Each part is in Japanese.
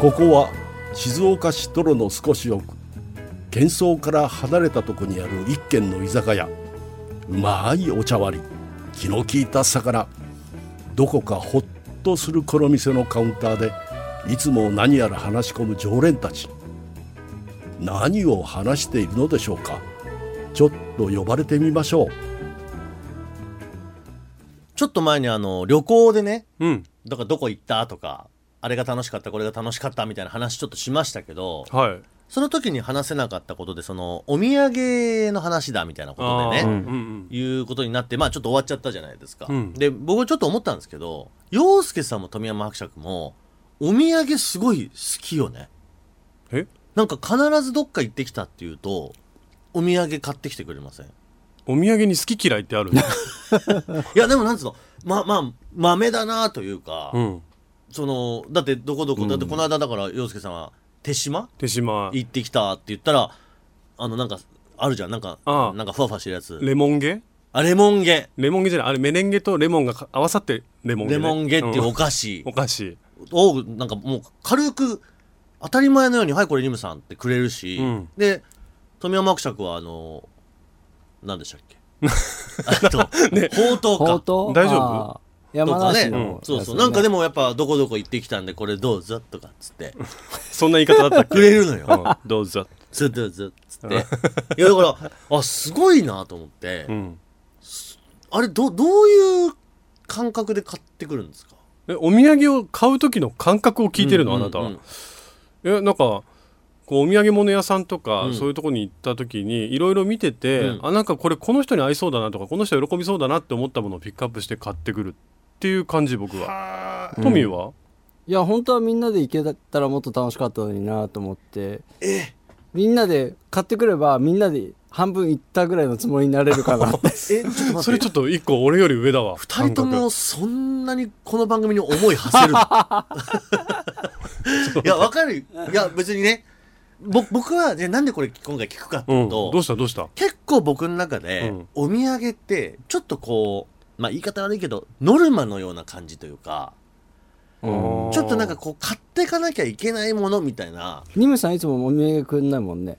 ここは静岡市泥の少し奥喧騒から離れたとこにある一軒の居酒屋うまいお茶割り気の利いた魚どこかほっとするこの店のカウンターでいつも何やら話し込む常連たち何を話しているのでしょうかちょっと呼ばれてみましょうちょっと前にあの、旅行でね、うん。だからどこ行ったとか、あれが楽しかった、これが楽しかったみたいな話ちょっとしましたけど、はい。その時に話せなかったことで、その、お土産の話だみたいなことでーうね、んいうことになって、まあちょっと終わっちゃったじゃないですか。うんで、僕ちょっと思ったんですけど、洋介さんも富山伯爵も、お土産すごい好きよね。うん。えなんか必ずどっか行ってきたっていうと、お土産買ってきてくれませんお土産に好き嫌いってある いや、でもなんつうの、ま、まあ、豆だなというか、うん。そのだってどこどこ、だってこの間だから洋介さんは手島手島。行ってきたって言ったらあのなんかあるじゃんなんかああなんかふわふわしてるやつレモンゲあレモンゲレモンゲじゃない。あれ、メレンゲとレモンがか合わさってレモンゲレね、モンゲっていうおん菓子お菓子。をなんかもう軽く当たり前のように「はいこれリムさん」ってくれるし、うんで富山伯爵はあの何でした っけあと、ほうとうかほうとう大丈夫あーと山かね梨、の、そうそうなんかでももやっぱどこどこ行ってきたんでこれどうぞとかっつってそんな言い方だったっ けくれるのよ、うんどうぞ。ずっとずっつって。いや、だから、あ、すごいなと思って、うん。あれ、ど、どういう感覚で買ってくるんですかえお土産を買う時の感覚を聞いてるの、うんあなたうんはうんえなんかこうお土産物屋さんとか、うんそういうとこに行った時にいろいろ見てて、うんあなんかこれこの人に合いそうだなとかこの人喜びそうだなって思ったものをピックアップして買ってくるっていう感じ僕はトミーは、いや本当はみんなで行けたらもっと楽しかったのになと思ってみんなで買ってくればみんなで半分行ったぐらいのつもりになれるか なってえ、ちょっと待って。それちょっと一個俺より上だわ二人ともそんなにこの番組に思い馳せ るのいや、わかる。いや、別にね、ぼ、僕は、ね、なんでこれ今回聞くかってい感う覚うん、と、どうしたどうした結構僕の中で、うんお土産って、ちょっとこう、まあ言い方悪いけど、ノルマのような感じというか、うんちょっとなんかこう買っていかなきゃいけないものみたいな。ニムさんいつもお土産くんないもん ね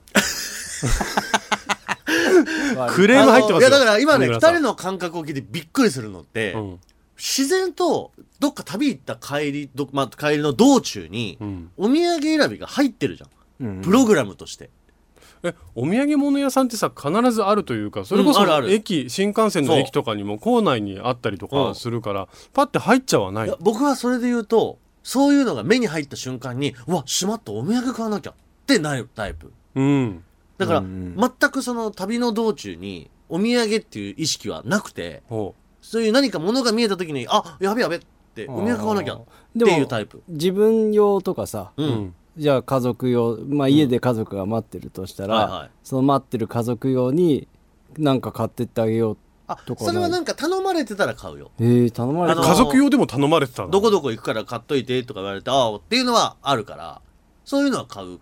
クレーム入ってまあのいやすよだから今ね、二三村さん人の感覚を聞いてびっくりするのって、うん自然とどっか旅行った帰り、どまあ、帰りの道中に、うん、お土産選びが入ってるじゃん。うんプログラムとして。えお土産物屋さんってさ必ずあるというかそれこそうんあるある駅、新幹線のそう駅とかにも構内にあったりとうかんするから、パッて入っちゃわないやい僕はそれで言うと、そういうのが目に入った瞬間に、うわ、しまった、お土産買わなきゃってなるタイプ。うんだから、うん全くその旅の道中に、お土産っていう意識はなくて、ほそういう何か物が見えた時に、あ、やべやべって、お土産買わなきゃっていうタイプ。自分用とかさうう、ん。じゃあ家族用、まあ、家で家族が待ってるとしたら、はいはいその待ってる家族用に何か買ってってあげようあと、かないそれはなんか頼まれてたら買うよ。えー、頼まれあのた家族用でも頼まれてたのどこどこ行くから買っといてとか言われて、ああ、っていうのはあるから、そういうのは買う。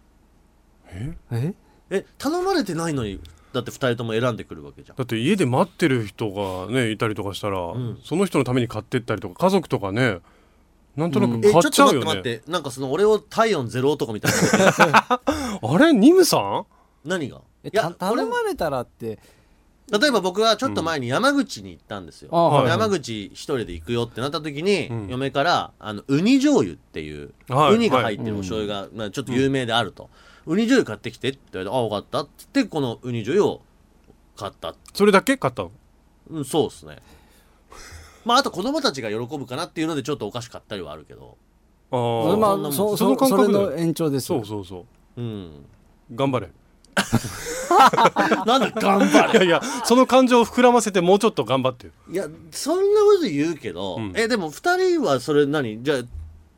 ええ、頼まれてないのに、だって二人とも選んでくるわけじゃん。だって家で待ってる人がねいたりとかしたら、んその人のために買ってったりとか家族とかねなんとなくえ、ちょ買っっちとゃう待っよて待ね、って、なんかその俺を体温ゼロ男みたいな。あれニムさん何がえいたや、俺頼もまれたらって例えば僕はちょっと前に山口に行ったんですよ。ああはい山口一人で行くよってなった時に、うん嫁から、あの、ウニ醤油っていう、はいウニが入ってるお醤油が、まあ、ちょっと有名であると。ウニ醤油買ってきてって言われて、あ、分かったって言って、このウニ醤油を買った。それだけ買ったのうん、そうですね。まあ、あと子供たちが喜ぶかなっていうので、ちょっとお菓子買ったりはあるけど。あーまそんなもあんそそのそ感そ覚れだよの延長ですそうよそうそう うん。頑張れなんで頑張いやいやその感情を膨らませてもうちょっと頑張ってよいや、そんなこと言うけど、うんえ、でも二人はそれ何じゃあ、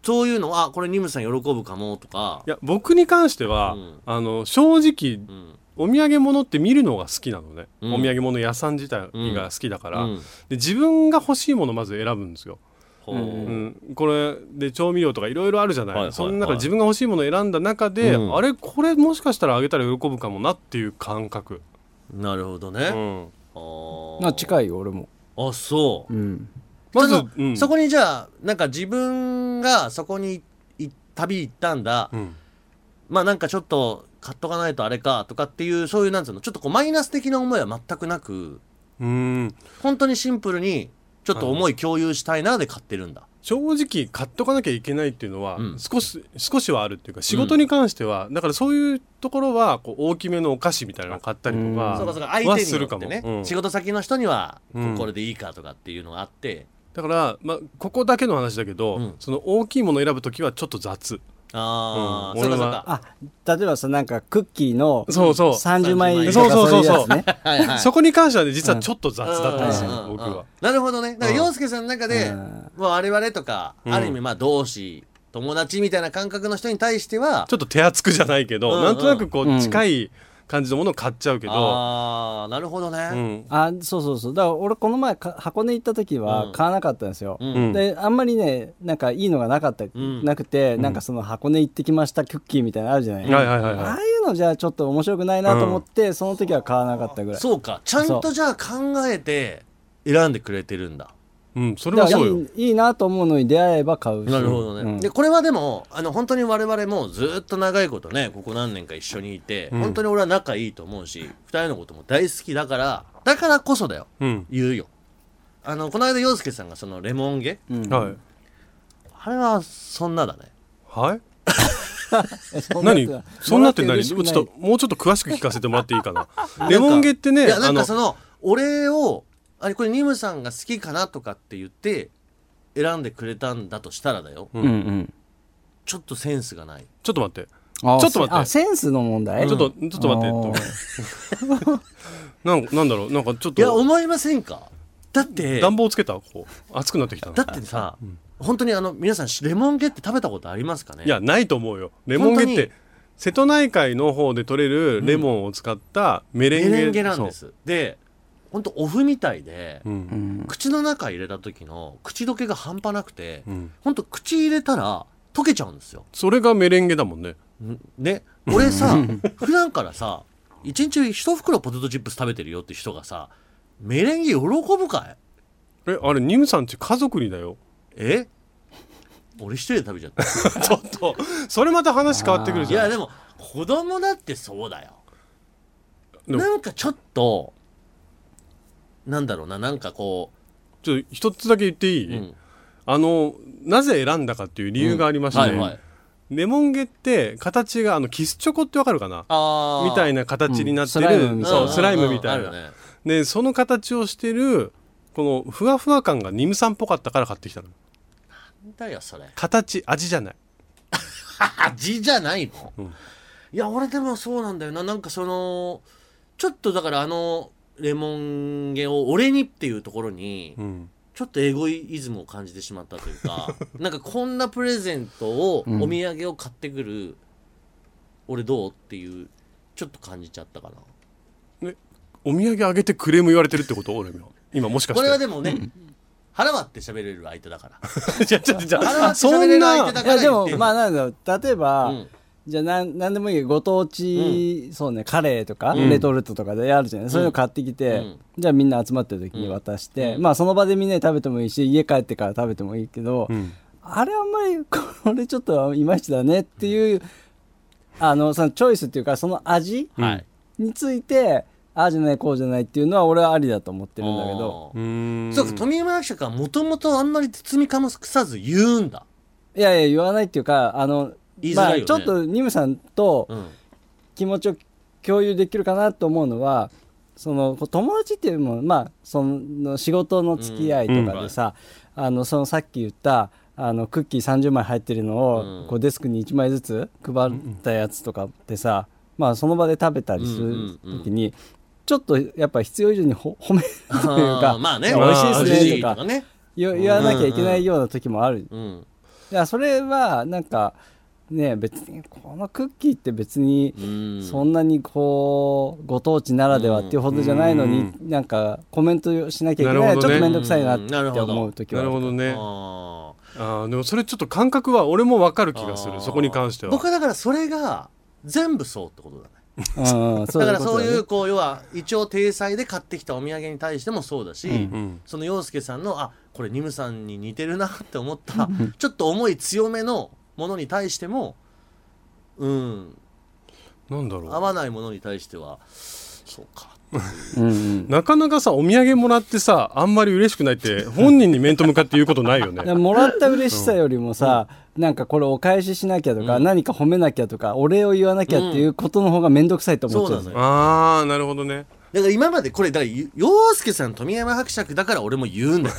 そういうの、あ、これニムさん喜ぶかもとかい、や僕に関しては、うんあの正直うん。お土産物って見るのが好きなのね、うんお土産物屋さん自体が好きだから、うんで自分が欲しいものまず選ぶんですよほううん、これで調味料とかいろいろあるじゃない,、はいはいはいその中で自分が欲しいものを選んだ中で、うんあれこれもしかしたらあげたら喜ぶかもなっていう感覚、なるほどうね。ん、ああい。近いよ俺もあ、そう。うんままずず、うんそこにじゃあ、なんか自分がそこに行っ旅行ったんだ、うんまあなんかちょっと買っとかないとあれかとかっていうそういうなんつうのちょっとこうマイナス的な思いは全くなくうーん本当にシンプルにちょっと思い共有したいなで買ってるんだ、正直買っとかなきゃいけないっていうのは、うん少し少しはあるっていうか仕事に関しては、だからそういうところはこう大きめのお菓子みたいなのを買ったりとうかんそうかそうか相は手にすよるっかても、ね、うん仕事先の人にはうんこれでいいかとかっていうのがあって、だから、まあ、ここだけの話だけど、うんその大きいものを選ぶときはちょっと雑ああ、うんそうかそ俺うはかあ例えばさなんかクッキーのそうそう30枚とそうかそうそういうそうやつねはいはいそこに関してはね実はちょっと雑だったんですよ、うん僕は。なるほどねだからうん洋介さんの中で、うんまあ我々とか、うんある意味まあ同志友達みたいな感覚の人に対してはちょっと手厚くじゃないけど、うんうんなんとなくこううん近い感じのものを買っちゃうけど、ああなるほどうね、んあそうそうそうだから俺この前か箱根行った時うんは買わなかったんですよ、うんうんであんまりねなんかいいのがなかった、んなくてんなんかその箱根行ってきましたクッキーみたいなのあるじゃない、はいはいはいあはあいうのじゃちょっと面白くないなと思って、その時は買わなかったぐらいそうかちゃんとじゃあ考えて選んでくれてるんだい。うん、それだはからそうよ。いいいいなと思うのに出会えば買うしなるほどね、うんでこれはでもあの本当に我々もずっと長いことねここ何年か一緒にいて、うん本当に俺は仲いいと思うし2人のことも大好きだからだからこそだようん。言うよあのこの間洋介さんがそのレモンゲうんはい。あれはそんなだねはいそんなや何つはそんなって何もちらょっって嬉しくと、もうちょっと詳しく聞かせてもらっていい かな。レモンゲっていね、やなあんのかそ、の俺をあれこれニムさんが好きかなとかって言って選んでくれたんだとしたらだようんうんうんちょっとセンスがないちょっと待って。ちょちょっと待ってあセンスの問題ちょっと、ちょっと待ってえっと。なんなんだろうなんかちょっいやと、思いませんかだって暖房つけたこう。熱くなってきたなだってさ、本当にあの皆さんレモンゲって食べたことありますかねいや、ないと思うよ。レモンゲっ本当にて、瀬戸内海の方で取れるレモンを使ったメレメンゲ。レンゲなんでそすで本当お麩みたいで、う。うん。口の中入れた時の口どけが半端なくて、うんほんと口入れたら溶けちゃうんですよそれがメレンゲだもんね。ね俺さ普段からさ一日一袋ポテトチップス食べてるよって人がさメレンゲ喜ぶかいえ、あれ、ニムさんち家族にだよ。え俺一人で食べちゃった ちょっと、それまた話変わってくるいじゃやん。でも子供だってそうだよでもなんかちょっとなんだろうななんかこ、ちょっと一つだけ言っていうい、うんあの、なぜ選んだかっていう理由がありまして、はいはい、レモンゲって形が、あの、キスチョコってわかるかなあみたいなな形になってる、うんスライムみたいなそう、スライムみたいな、あるねで、その形をしてる、このふわふわ感がニムさんっぽかったから買ってきたの。なんだよそれ形、味じゃない。味じゃないの、うんいや俺でもそうなんだよななんかそのちょっとだからあのレモンゲを俺にっていうところにうん。ちょっとエゴイズムを感じてしまったという かなんかこんなプレゼントをうんお土産を買ってくる、俺どうっていうちょっと感じちゃったかなお土産あげてクレーム言われてるってこと俺も。今もしかして。これはでもね腹割って喋れる相手だ から じゃじゃじゃ腹割ってそ喋れんる相手なだいかやらで言っもてんのまあなんだろう例えば、うんじゃあなんなんでもいいよご当地、そうねカレーとか、うんレトルトとかであるじゃない、そういうの買ってきて、うんじゃあみんな集まってる時に渡して、まあその場でみんなで食べてもいいし家帰ってから食べてもいいけど、うん。あれあんまりこれちょっといまいちだねっていう、あのそのチョイスっていうかその味はいについて、ああじゃないこうじゃないっていうのは俺はありだと思ってるんだけあどーうん。そうか富山役者がもともとあんまり包みかもさず言うんだ、いやいや言わないっていうかあの言いづらいよねまあ、ちょっとニムさんとうん、気持ちを共有できるかなと思うのはそのこう友達っていうのもまあその仕事の付き合いとかでさ、あのそのさっき言ったあのクッキー30枚入ってるのを、うんこうデスクに1枚ずつ配ったやつとかってさ、まあ、その場で食べたりする時に、ちょっとやっぱ必要以上にほ褒めるあーというかまあね いや美味しいですね美味しいととかかね言言わなきゃいけないような時もある、うんいやそれはなんかね別にこのクッキーって別に、うんそんなにこうご当地ならではっていうほどじゃないのに、なんかコメントしなきゃいけないのはなるほちょどっねと面倒くさいなっうんなるほてど思う時はなあるほどね。あーあーでもそれちょっと感覚は俺もわかる気がすあーるそこに関しては僕はだからそれが全部そうってことだねうんそだうかいらうこそとうだねいうこう要は一応体裁で買ってきたお土産に対してもそうだし、うんうん その洋介さんのあこれニムさんに似てるなって思ったちょっと思い強めのものに対してもうんなんだろ合うわないものに対してはそうかうんうんなかなかさお土産もらってさあんまり嬉しくないって本人に面と向かって言うことないよ ねだからもらった嬉しさよりもさ、なんかこれお返ししなきゃとか、何か褒めなきゃとかお礼を言わなきゃっていうことの方が面倒くさいと思そっうちゃなう,、のよあーなるほどねだから今までこれだからゆ洋介さん富山伯爵だから俺も言 うんだよ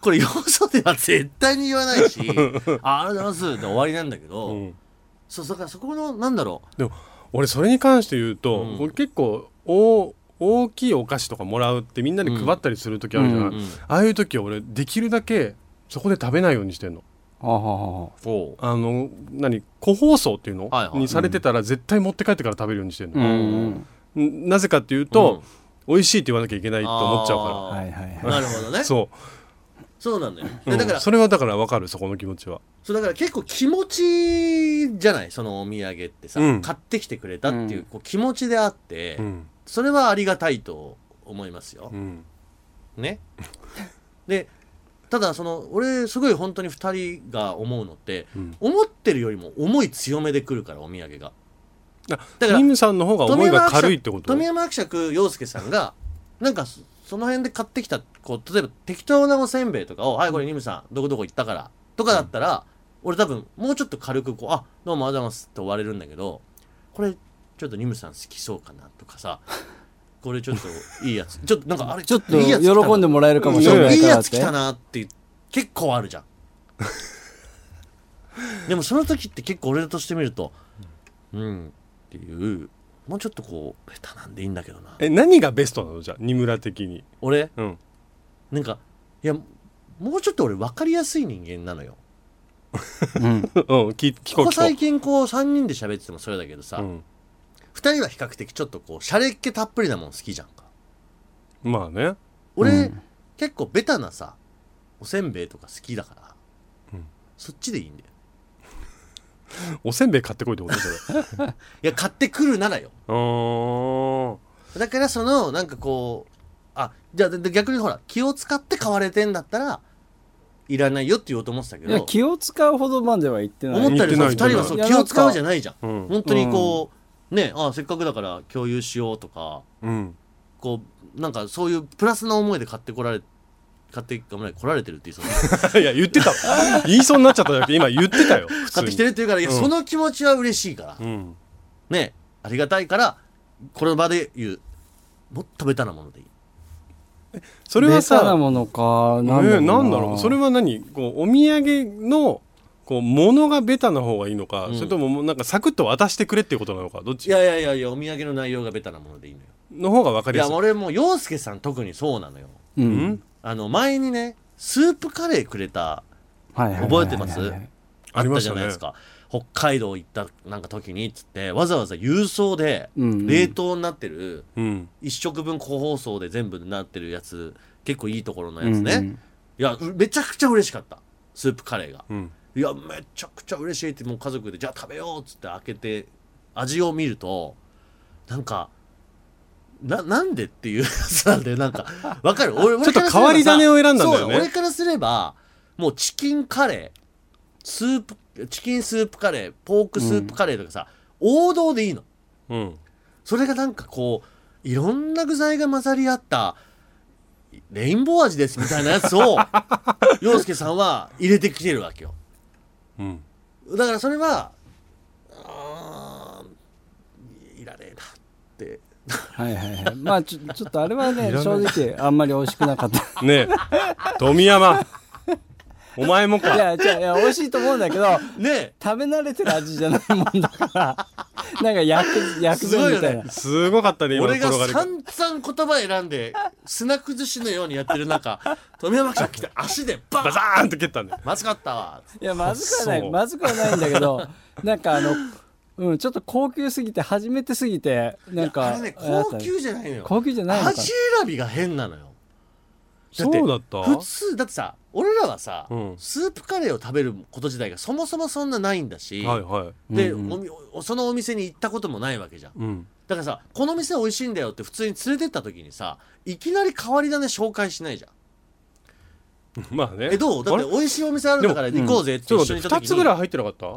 これよそでは絶対に言わない し「あありがとうございます」で終わりなんだけど、うんそうだからそこのなんだろでも俺それに関して言うと、うん俺結構大大きいお菓子とかもらうってみんなに配ったりする時あるじゃない、うんう、うん、ああいう時は俺できるだけそこで食べないようにしてんのはあはあはそあの何個包装っていうの、はいはいにされてたら絶対持って帰ってから食べるようにしてんあうの、んうんんなぜかっていうと、美味しいって言わなきゃいけないと思っちゃうかはいはいはいなるほどねらそうそなんだよう、でだかうんらそれはだから分かるそこの気持ちはそうだから結構気持ちじゃないそのお土産ってさ、うん買ってきてくれたっていううんこう気持ちであって、うんそれはありがたいと思いますよう、んねでただその俺すごい本当に2人が思うのって、うん思ってるよりも思い強めでくるからお土産があだからニムさんの方が思いが軽いってこと富山伯爵洋介さんがなんかそその辺で買ってきたこう例えば適当なおせんべいとかを「はいこれニムさんどこどこ行ったから」とかだったら、俺多分もうちょっと軽くこう「あどうもありがとうございます」って終われるんだけどこれちょっとニムさん好きそうかなとかさこれちょっといいやつちょっとなんかあれちょっといいやつ来たな喜んでもらえるかもしれないいいからやっつて来たなって結構あるじゃん でもその時って結構俺としてみるとうんっていうもうちょっとこう下手なんでいいんだけどなえ何がベストなのじゃあニムラ的に俺うんなんかいやもうちょっと俺分かりやすい人間なのようんうん聞聞ここうこ聞最こ近こう3人で喋っててもそれだけどさ、う、う2ん、人は比較的ちょっとこうシャレっ気たっぷりなもん好きじゃんかまあね俺、うん結構ベタなさおせんべいとか好きだから、うんそっちでいいんだよおせんべい買ってこいってことそれいや買ってくるならようーんだからそのなんかこうあじゃあで逆にほら気を使って買われてんだったらいらないよって言おうと思ってたけいやど気を使うほどまでは言ってない思ったよりさ言2ってない人はそう言って気ないを使うじゃないじゃん、うん本当にこう、ねあせっかくだから共有しようとかうん こうなんかそういうプラスな思いで買ってこられ買ってごめんなさい来られてるって言いそうないや言ってたわ言いそうになっちゃったじゃなくて今言ってたよ普通買っにてきてるって言うからいや、うんその気持ちは嬉しいから、うんねありがたいからこの場で言うもっとベタなものでいいそれはベタなさものかえなんだろうーな,、なんだろうそれは何こうお土産のこう物がベタな方がいいのか、うんそれとももうなんかサクッと渡してくれっていうことなのかどっいちやいやいやいやお土産の内容がベタなものでいいのよの方が分かいりややすい俺もう洋介さん特にそうなのよううんん、あの前にねスープカレーくれたはいはいはいはい覚えてますありあっまたしじゃたないねですか、北海道行ったなんか時にっつってわざわざ郵送でうんうん冷凍になってるうん一食分個包装で全部なってるやつ結構いいところのやつね、うんうんいやうめちゃくちゃ嬉しかったスープカレーがうんいやめちゃくちゃ嬉しいってもう家族でじゃあ食べようっつって開けて味を見るとなんかななんでっていうや つなんでなんかわかる俺俺ちょっとからすればさ変わり種を選んだんだよねそう俺からすればもうチキンカレースープチキンスープカレーポークスープカレーとかさ、王道でいいのうんそれがなんかこういろんな具材が混ざり合ったレインボー味ですみたいなやつ を洋介さんは入れてきてるわけようんだからそれはあーいらねえなってはいはいはいまあちょちょっとあれはねいらない正直あんまり美味しくな かったねえ 富山お前もかいや、じゃあいや、美味しいと思うんだけど、ね食べ慣れてる味じゃないもんだから、なんか薬、薬膳みたいな。すごかったねえ今の俺が転がり方散々言葉選んで砂崩しのようにやってる 中富山さん来て足でババーンザーンと蹴ったねまずかったわいや、まずくはなそうい、まずくはないんだけど、なんかあの、うん、ちょっと高級すぎて、初めてすぎて、なんあか、れねなんか高級じゃないのよ高級じゃないのか味選びが変なのよだって そうだった普通だってさ俺らはさ、うんスープカレーを食べること自体がそもそもそんなないんだし、はいはいで、うんうんおそのお店に行ったこともないわけじゃんうんだからさこの店美味しいんだよって普通に連れてった時にさいきなり変わり種紹介しないじゃんまあねえどうだってあれ美味しいお店あるんだからでも行こうぜってちょ一っと緒に行って待った2時につぐらい入ってなかった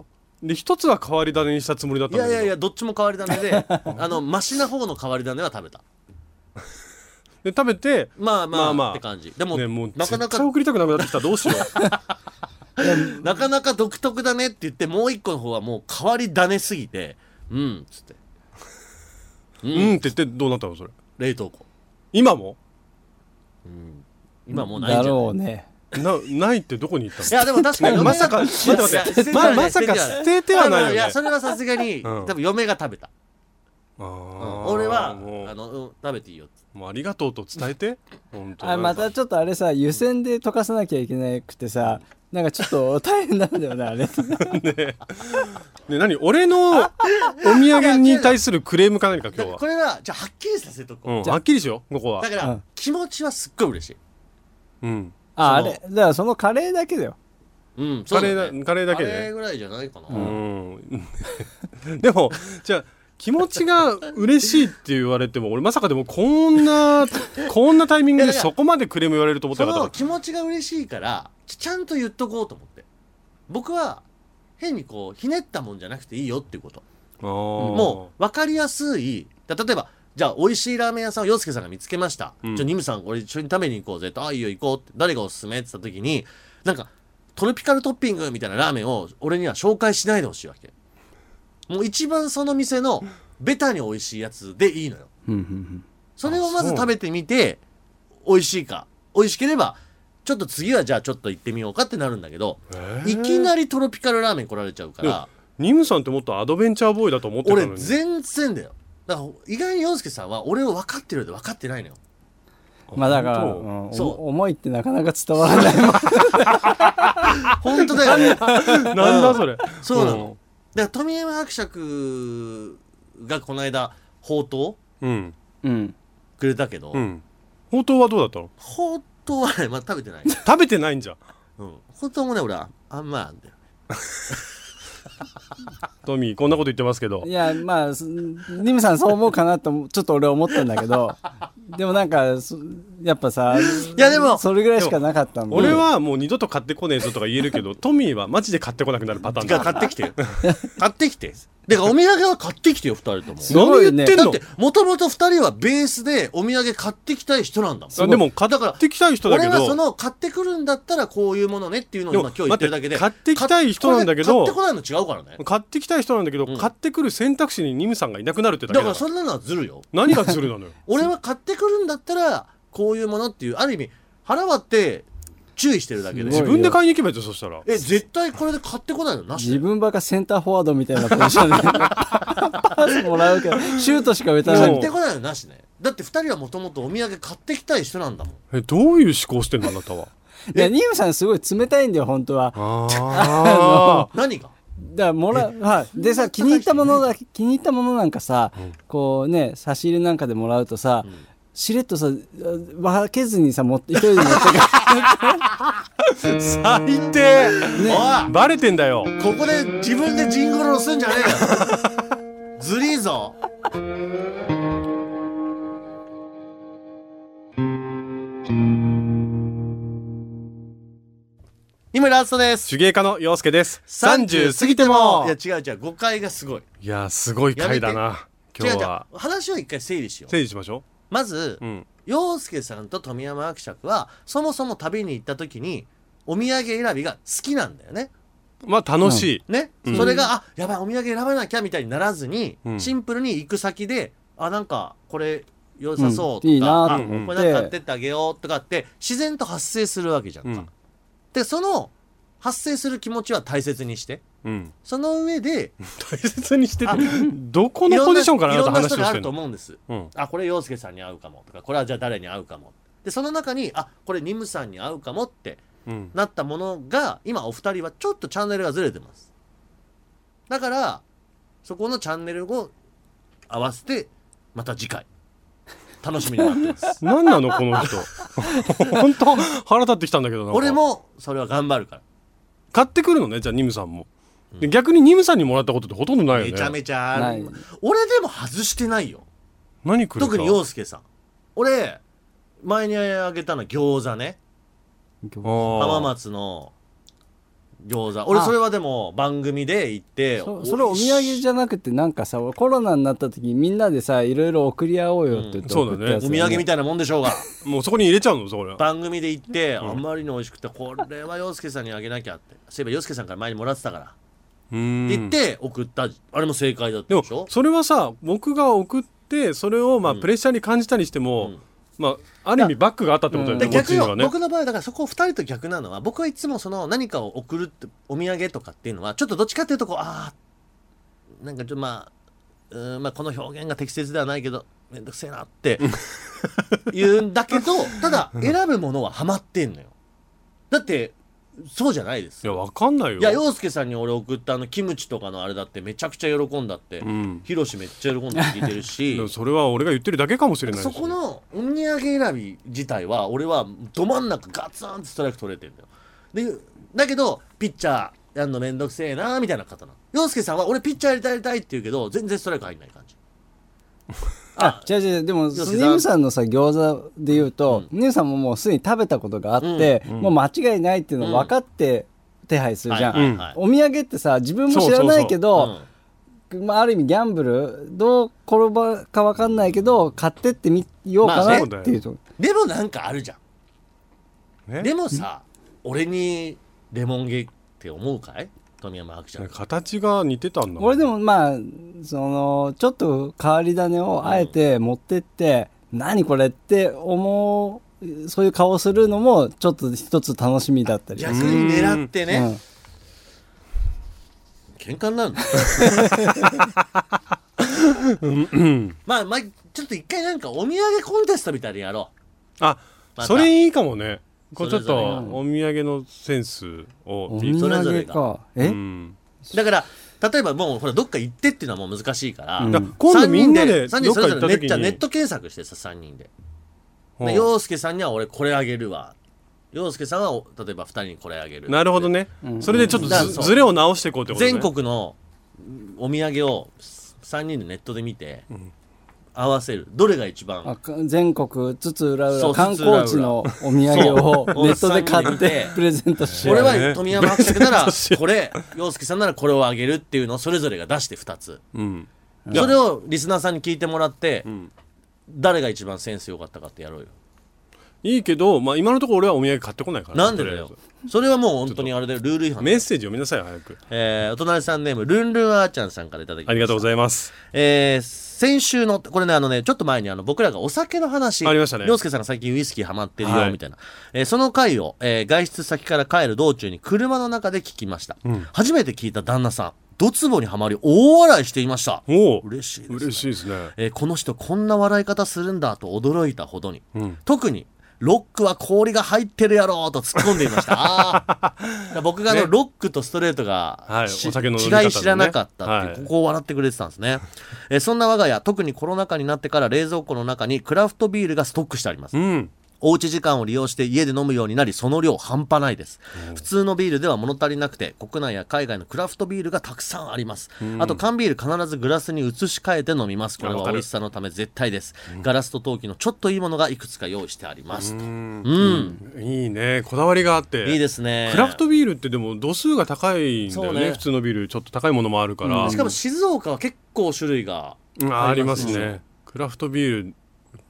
で1つは変わり種にしたつもりだっいたんだやけいどやいやどっちも変わり種 であのマシな方の変わり種は食べたで食べてまあまあまあまあって感じでも,、ねもうなかな絶対か送りたくなくなってきたどうしようなかなか独特だねって言ってもう一個の方はもう変わり種すぎてうんっつってうん、うんって言ってどうなったのそれ冷凍庫今も今もうないんだじゃないろうねなないってどこに行ったのいやでも確かに嫁がねまさかいや待って待っていや捨ててはないままさか捨ててはないよねいやそれはさすがに、うん多分嫁が食べた、あうんー俺はもうあの、うん食べていいよっつってもうありがとうと伝えて本当あまたちょっとあれさ湯煎で溶かさなきゃいけなくてさなんかちょっと 大変なんだよね あれね何俺 のお土産に対するクレームか何かだ今日からはこれはじゃあはっきりさせとこう、うんじゃあはっきりしようここはだから、うん気持ちはすっごい嬉しいうんああそのれだからそのカレーだけだようんそカうだレねーだカレーだけあれでぐらいじゃないかな、うんでもじゃあ気持ちが嬉しいって言われても俺まさかでもこんなこんなタイミングでそこまでクレーム言われると思ってそなかったのか気持ちが嬉しいからちちゃんと言っとこうと思って僕は変にこうひねったもんじゃなくていいよっていうことらももう分かりやすいだ例えばじゃあ美味しいラーメン屋さんを洋介さんが見つけました、うんじゃあニムさんこれ一緒に食べに行こうぜとあいいよ行こうって誰がおすすめって言った時になんかトロピカルトッピングみたいなラーメンを俺には紹介しないでほしいわけもう一番その店のベタに美味しいやつでいいのよそれをまず食べてみて美味しいか美味しければちょっと次はじゃあちょっと行ってみようかってなるんだけどいきなりトロピカルラーメン来られちゃうから、ニムさんってもっとアドベンチャーボーイだと思ってたの俺に全然だよだから意外に洋介さんは俺を分かってるようで分かってないのよまあだから、本当うんおそう思いってなかなか伝わらないもん本当だよねなんだそれそうなの、だから富山伯爵がこの間宝刀うんうんくれたけど、うんほうとうはどうだったの宝刀はねまだ食べてない、食べてないんじゃんうん、宝刀もね俺はあんまなんだよトミーこんなこと言ってますけど いやまあすニムさんそう思うかなとちょっと俺は思ったんだけ どでもなんかそやっぱさいやでもそれぐらいしかなかったんで俺はもう二度と買ってこねえぞとか言え るけどトミーはマジで買ってこなくなるパターンが買だってき てよ買ってきてだからお土産は買ってきてよ2人ともすごいね何言ってんだっのてもともと2人はベースでお土産買ってきたい人なんだもんあでも買だからってきたい人だけ俺はそどの買ってくるんだったらこういうものねっていうのを今今日言ってるだけで待って買ってきたい人なんだけ買どってこないの違うからね買ってきたい人なんだけど、うん買ってくる選択肢にニムさんがいなくなるってだけだだかかららそんなのはずるよ何がずるな のよ俺は買ってくるんだったらこういうものっていうある意味腹割って注意してるだけす自でごい分で買いに行けばいいぞそしたらえ絶対これで買ってこないのなし自分ばっかセンターフォワードみたいなポジション でパスもらうけどシュートしか打たな買いってこないのなしねだって2人はもともとお土産買ってきたい人なんだもんえどういう思考してんのあなたはいやニムさんすごい冷たいんだよ本当はああ何がだからもらはいでさ気に入ったものだ気に入ったものなんかさ、こうね差し入れなんかでもらうとさ、しれっとさ分けずにさ持って一人で持って帰る最低おバレてんだよいここで自分でジングルをすんじゃねえよ ずりーぞ今ラストです手芸家の陽介です30 30過過ぎぎててももいや違う違う誤解がすごいいやすごい回だな今違う日違はう話を一回整理しよう整理しましょまず、ううん陽介さんと富山伯爵はそもそも旅に行った時にお土産選びが好きなんだよねまあ楽しい、ね、うんそれがあやばいお土産選ばなきゃみたいにならずに、うんシンプルに行く先であなんかこれ良さそうとか、うんいいなあと思ってこれなんか買ってってあげようとかって自然と発生するわけじゃんか、うんでその発生する気持ちは大切にしてうん、その上で大切にしててあどこのポジションからあいなろたんな話人をがしあてるんとの思うんですうんあこれ洋介さんに合うかもとかこれはじゃあ誰に合うかもでその中にあこれニムさんに合うかもってうんなったものが今お二人はちょっとチャンネルがずれてますだからそこのチャンネルを合わせてまた次回楽しみになってます 何なのこの人本当腹立ってきたんだけどなんか俺もそれは頑張るから買ってくるのねじゃあニムさんも、で逆にニムさんにもらったことってほとんどないよねめちゃめちゃあるない俺でも外してないよ何くるか特に洋介さん俺前にあげたのは餃子ね餃子浜浜松の餃子俺それはでも番組で行ってそそれお土産じゃなくてなんかさコロナになった時にみんなでさいろいろ送り合おうよって言ってうん送ったそうだねやおつ土よ産みたいなもんでしょうがもうそこに入れちゃうのそれ番組で行ってあまりに美味しくてこれは洋介さんにあげなきゃってそういえば洋介さんから前にもらってたからうんって言って送ったあれも正解だっでたもでしょそれはさ僕が送ってそれをまあプレッシャーに感じたにしても、うんまあある意味バックがあったってことだよね、でこっち逆によはね僕の場合だからそこ2人と逆なのは僕はいつもその何かを送るってお土産とかっていうのはちょっとどっちかっていうとこうああなんかちょっとまあうーんまあこの表現が適切ではないけどめんどくせえなって 言うんだけどただ選ぶものはハマってんのよだってそうじゃないですいやわかんないよいや洋介さんに俺送ったあのキムチとかのあれだってめちゃくちゃ喜んだってうんヒロシめっちゃ喜んで聞いてるし でもそれは俺が言ってるだけかもしれないしそこのお土産選び自体は俺はど真ん中ガツンってストライク取れてるんだよでだけどピッチャーやんのめんどくせえなみたいな方なの洋介さんは俺ピッチャーやりたいやりたいって言うけど全然ストライク入んない感じあ違う違うでも吉ニ田ムさんのさ餃子で言うと、ニムさんももうすでに食べたことがあって、もう間違いないっていうの分かって手配するじゃん、はいはいはいお土産ってさ自分も知らないけうどんまあ、ある意味ギャンブルどう転ばか分かんないけど買ってってみようかまあなねっていうと、でもなんかあるじゃねんでもさ俺にレモンゲって思うかい富山伯ちゃん形が似てたんだ俺でもまあそのちょっと変わり種をあえて持ってって、何これって思うそういう顔するのもちょっと一つ楽しみだったり逆に狙ってね、うん喧嘩になるのまあまあちょっと一回なんかお土産コンテストみたいにやろあまたそれいいかもねこうちょっとそれぞれお土産のセンスをおっていう土それぞ産れがか。え、うんうだから例えばもうほらどっか行ってっていうのはもう難しいから、うんだから今度みんなで3人どっかそれ行っぞたれめっ時ちゃにネット検索してさ3人でうんで洋介さんには俺これあげるわ洋介さんはお例えば2人にこれあげるなるほどねんそれでちょっとだずそうずれを直していこうってことね全国のうんお土産を3人でネットで見て、合わせるどれが一番あか全国津々浦そ々う観光地のお土産をそうネットで買っそうてそうプレゼントしよう俺いやはね富山伯爵なら ブレストこれ洋介さんならこれをあげるっていうのをそれぞれが出して2つうんそれをリスナーさんに聞いてもらって、ん誰が一番センス良かったかってやろうよいいけどまあ今のところ俺はお土産買ってこないからなんでだよとりあそれはもう本当にあれでルール違えず反メッセージ読みなさいよ早くえー、お隣さんネームルンルンあーちゃんさんからいただきましたありがとうございますえー先週の、これね、あのね、ちょっと前にあの僕らがお酒の話、ありましたね洋介さんが最近ウイスキーハマってるよ、はいみたいな。えーその回を、えー外出先から帰る道中に車の中で聞きました。初めて聞いた旦那さん、ドツボにはまり大笑いしていました。おお嬉しいです、ね。嬉しいですねえーこの人こんな笑い方するんだと驚いたほどに、特にロックは氷が入ってるやろうと突っ込んでい ましたあーだから僕があの、ねロックとストレートが、はいしお酒の飲み方のね違い知らなかったっていう、はいここを笑ってくれてたんですね、えーそんな我が家特にコロナ禍になってから冷蔵庫の中にクラフトビールがストックしてありますうんおうち時間を利用して家で飲むようになりその量半端ないです普通のビールでは物足りなくて国内や海外のクラフトビールがたくさんあります、あと缶ビール必ずグラスに移し替えて飲みますこれあわはかる美味しさのため絶対です、ガラスと陶器のちょっといいものがいくつか用意してありますとうんうん、いいねこだわりがあっていいですねクラフトビールってでも度数が高いんだよそうねね普通のビールちょっと高いものもあるから、しかも静岡は結構種類がうんあありりまますすねねクラフトビール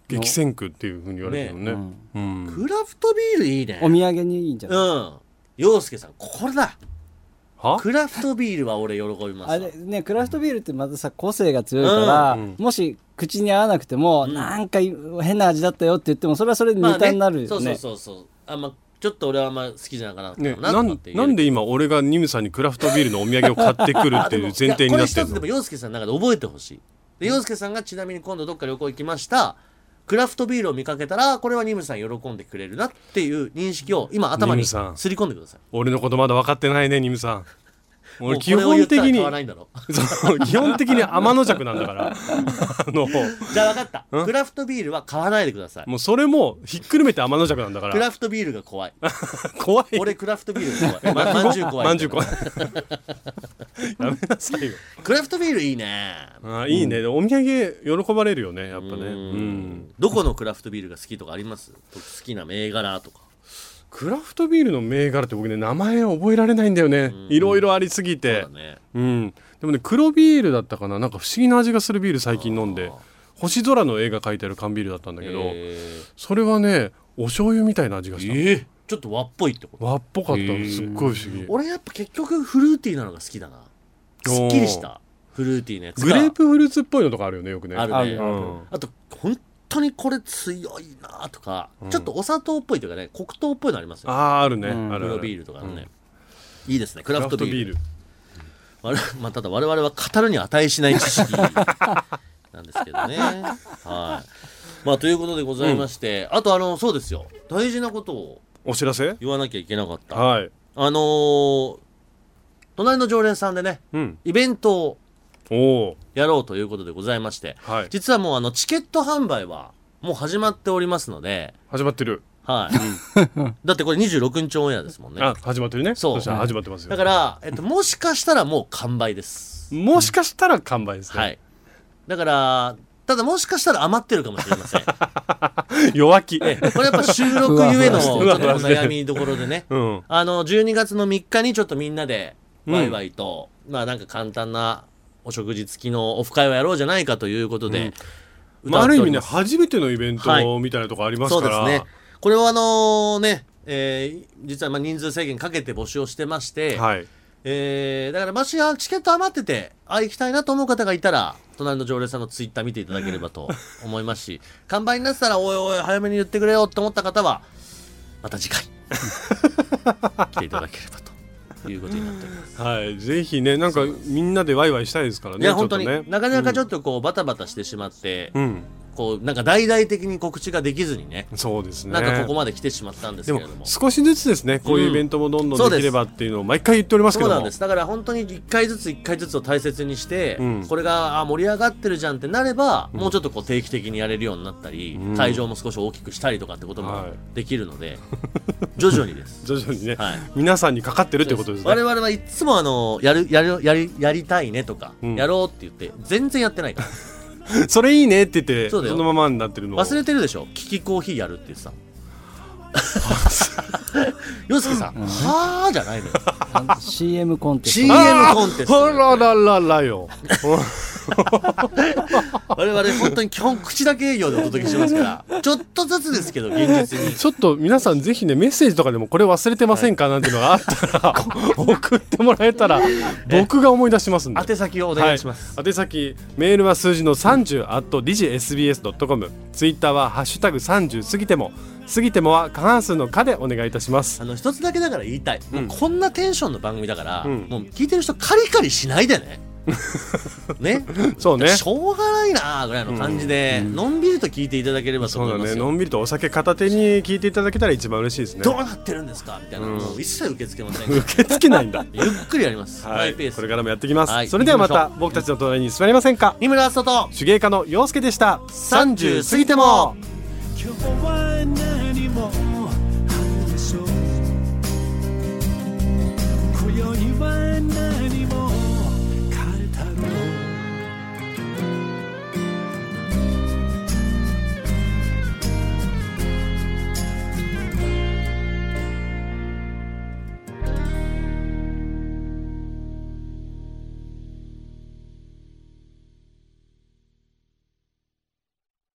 激戦区っていうふうに言われてるのねうんクラフトビールいいねお土産にいいんじゃうない、ん洋介さんこれだはクラフトビールは俺喜びますわあれねクラフトビールってまたさ個性が強いから、うんもし口に合わなくても、なんか変な味だったよって言ってもそれはそれでネタになるよね,、そうそうそうそうあんまちょっと俺はあんま好きじゃなかったね、かななとかっんていうなんで今俺がニムさんにクラフトビールのお土産を買ってくるっていう前提になっていやこれ一るつでもの洋介さんの中で覚えてほしいで洋介さんがちなみに今度どっか旅行行きましたクラフトビールを見かけたらこれはニムさん喜んでくれるなっていう認識を今頭ニにムさんすり込んでください俺のことまだ分かってないねニムさんもう俺こ基れを言本った的ら買わなにいんだろそう基本的に天の弱なんだからあの じゃあ分かったクラフトビールは買わないでくださいもうそれもひっくるめて天の弱なんだかクらラフトビールが怖い怖い俺クラフトビールが怖いままんじゅう怖い まんじゅう怖いやめなさいよクラフトビールいいねあーいいね、お土産喜ばれるよねやっぱねううんんどこのクラフトビールが好きとかあります好きな銘柄とかクラフトビールの銘柄って僕ね名前覚えられないんだよねうんいろいろありすぎそうてだねうんでもね黒ビールだったかななんか不思議な味がするビール最近飲んであー星空の絵が描いてある缶ビールだったんだけど、えそれはねお醤油みたいな味がした、ーえーちょっと和っぽいってこと和っぽかったへーすっごい不思議俺やっぱ結局フルーティーなのが好きだなすっきりしたフルーティーなやつグがレープフルーツっぽいのとかあるよねよくねあるあねるうんあと本当にこれ強いなとか、うんちょっとお砂糖っぽいというかね黒糖っぽいのありますよあーあるね、うんあるあ黒るビールとかのね、いいですねククララフフトトビールビール我々まあ、ただ我々は語るに値しない知識なんですけどね。はい。まあということでございまして、あとあのそうですよ大事なことをお知らせ言わなきゃいけなかった。はい、あのー隣の常連さんでねうん、イベントをおおやろうということでございまして、はい実はもうあのチケット販売はもう始まっておりますので、始まってるはい。だってこれ26日オンエアですもんね。あ始まってるねそうしたら始まってますよだから、えっと、もしかしたらもう完売です。もしかしたら完売ですね、はい。だから、ただもしかしたら余ってるかもしれませ ん。弱気、ええこれやっぱ収録ゆえのちょふわっふわとおしてる悩みどころでね。うんあの、12月の3日にちょっとみんなで、うんワイワイと、まあなんか簡単なお食事付きのオフ会をやろうじゃないかということで、まあ、あ歌るっ意てお味りねます初めてのイベンはいトみたいなとこありますそかうでら、すね。これはあのね、えー実はまあ人数制限かけて募集をしてまして、はいえーだからもしチケット余ってて、あ、行きたいなと思う方がいたら、隣の常連さんのツイッター見ていただければ と思いますし、完売になってたら、おいおい、早めに言ってくれよと思った方は、また次 回、来ていただければということになっております。はい、ぜひね、なんかみんなでワイワイしたいですからいね。や、本当に、ちょっとね、なかなかちょっとこう、バタバタしてしまって、うん、こう、なんか大々的に告知ができずにね、そうですね。なんかここまで来てしまったんですけでもれども。少しずつですね、こういうイベントもどんそどうんでですきればっていうのを毎回言っておりますけそうども。なんですだから本当に1回ずつ1回ずつを大切にして、うんこれがあ盛り上がってるじゃんってなれば、もうちょっとこう定期的にやれるようになったり、うん会場も少し大きくしたりとかってこともはいできるので、徐々に です。徐々にね、はい皆さんにかかってるってことですね。我々はいつもあのやるやるやりやりたいねとか、うんやろうって言って全然やって ないからそれいいねって言ってそうそだよのままになってるのを忘れてるでしょキキコーヒーやるって さよすけさん「はあ」じゃないの よあの CM コンテス CM トコンテスあトららららよ。 我々本当に基本口だけ営業でお届けしてますからちょっとずつですけど現実にちょっと皆さんぜひねメッセージとかでもこれ忘れてませんかなんていうのがあった ら送ってもらえたら僕が思い出しますんで。宛先をお願いします、はい、宛先メールは数字の30 at digsbs.com ツイッターはハッシュタグ30過ぎても過ぎてもは過半数の「か」でお願いいたしますあの一つだけだから言いたい、もうこんなテンションの番組だから、んもう聞いてる人カリカリしないで ねねそうねしょうがないなぐらいの感じで、のんびりと聞いていただければとそう思いだますねよ、のんびりとお酒片手に聞いていただけたら一番嬉しいですねどうなってるんですかみたいなのもう一切受け付けませんから、受け付けな いんだゆっくりやります、マはイペーいスこれからもやっていきます、はいそれではま行きまたしょ僕たちの隣に座りませんか三村敦人と手芸家の陽介でした30過ぎても今日は何もあるでしょう今宵は何も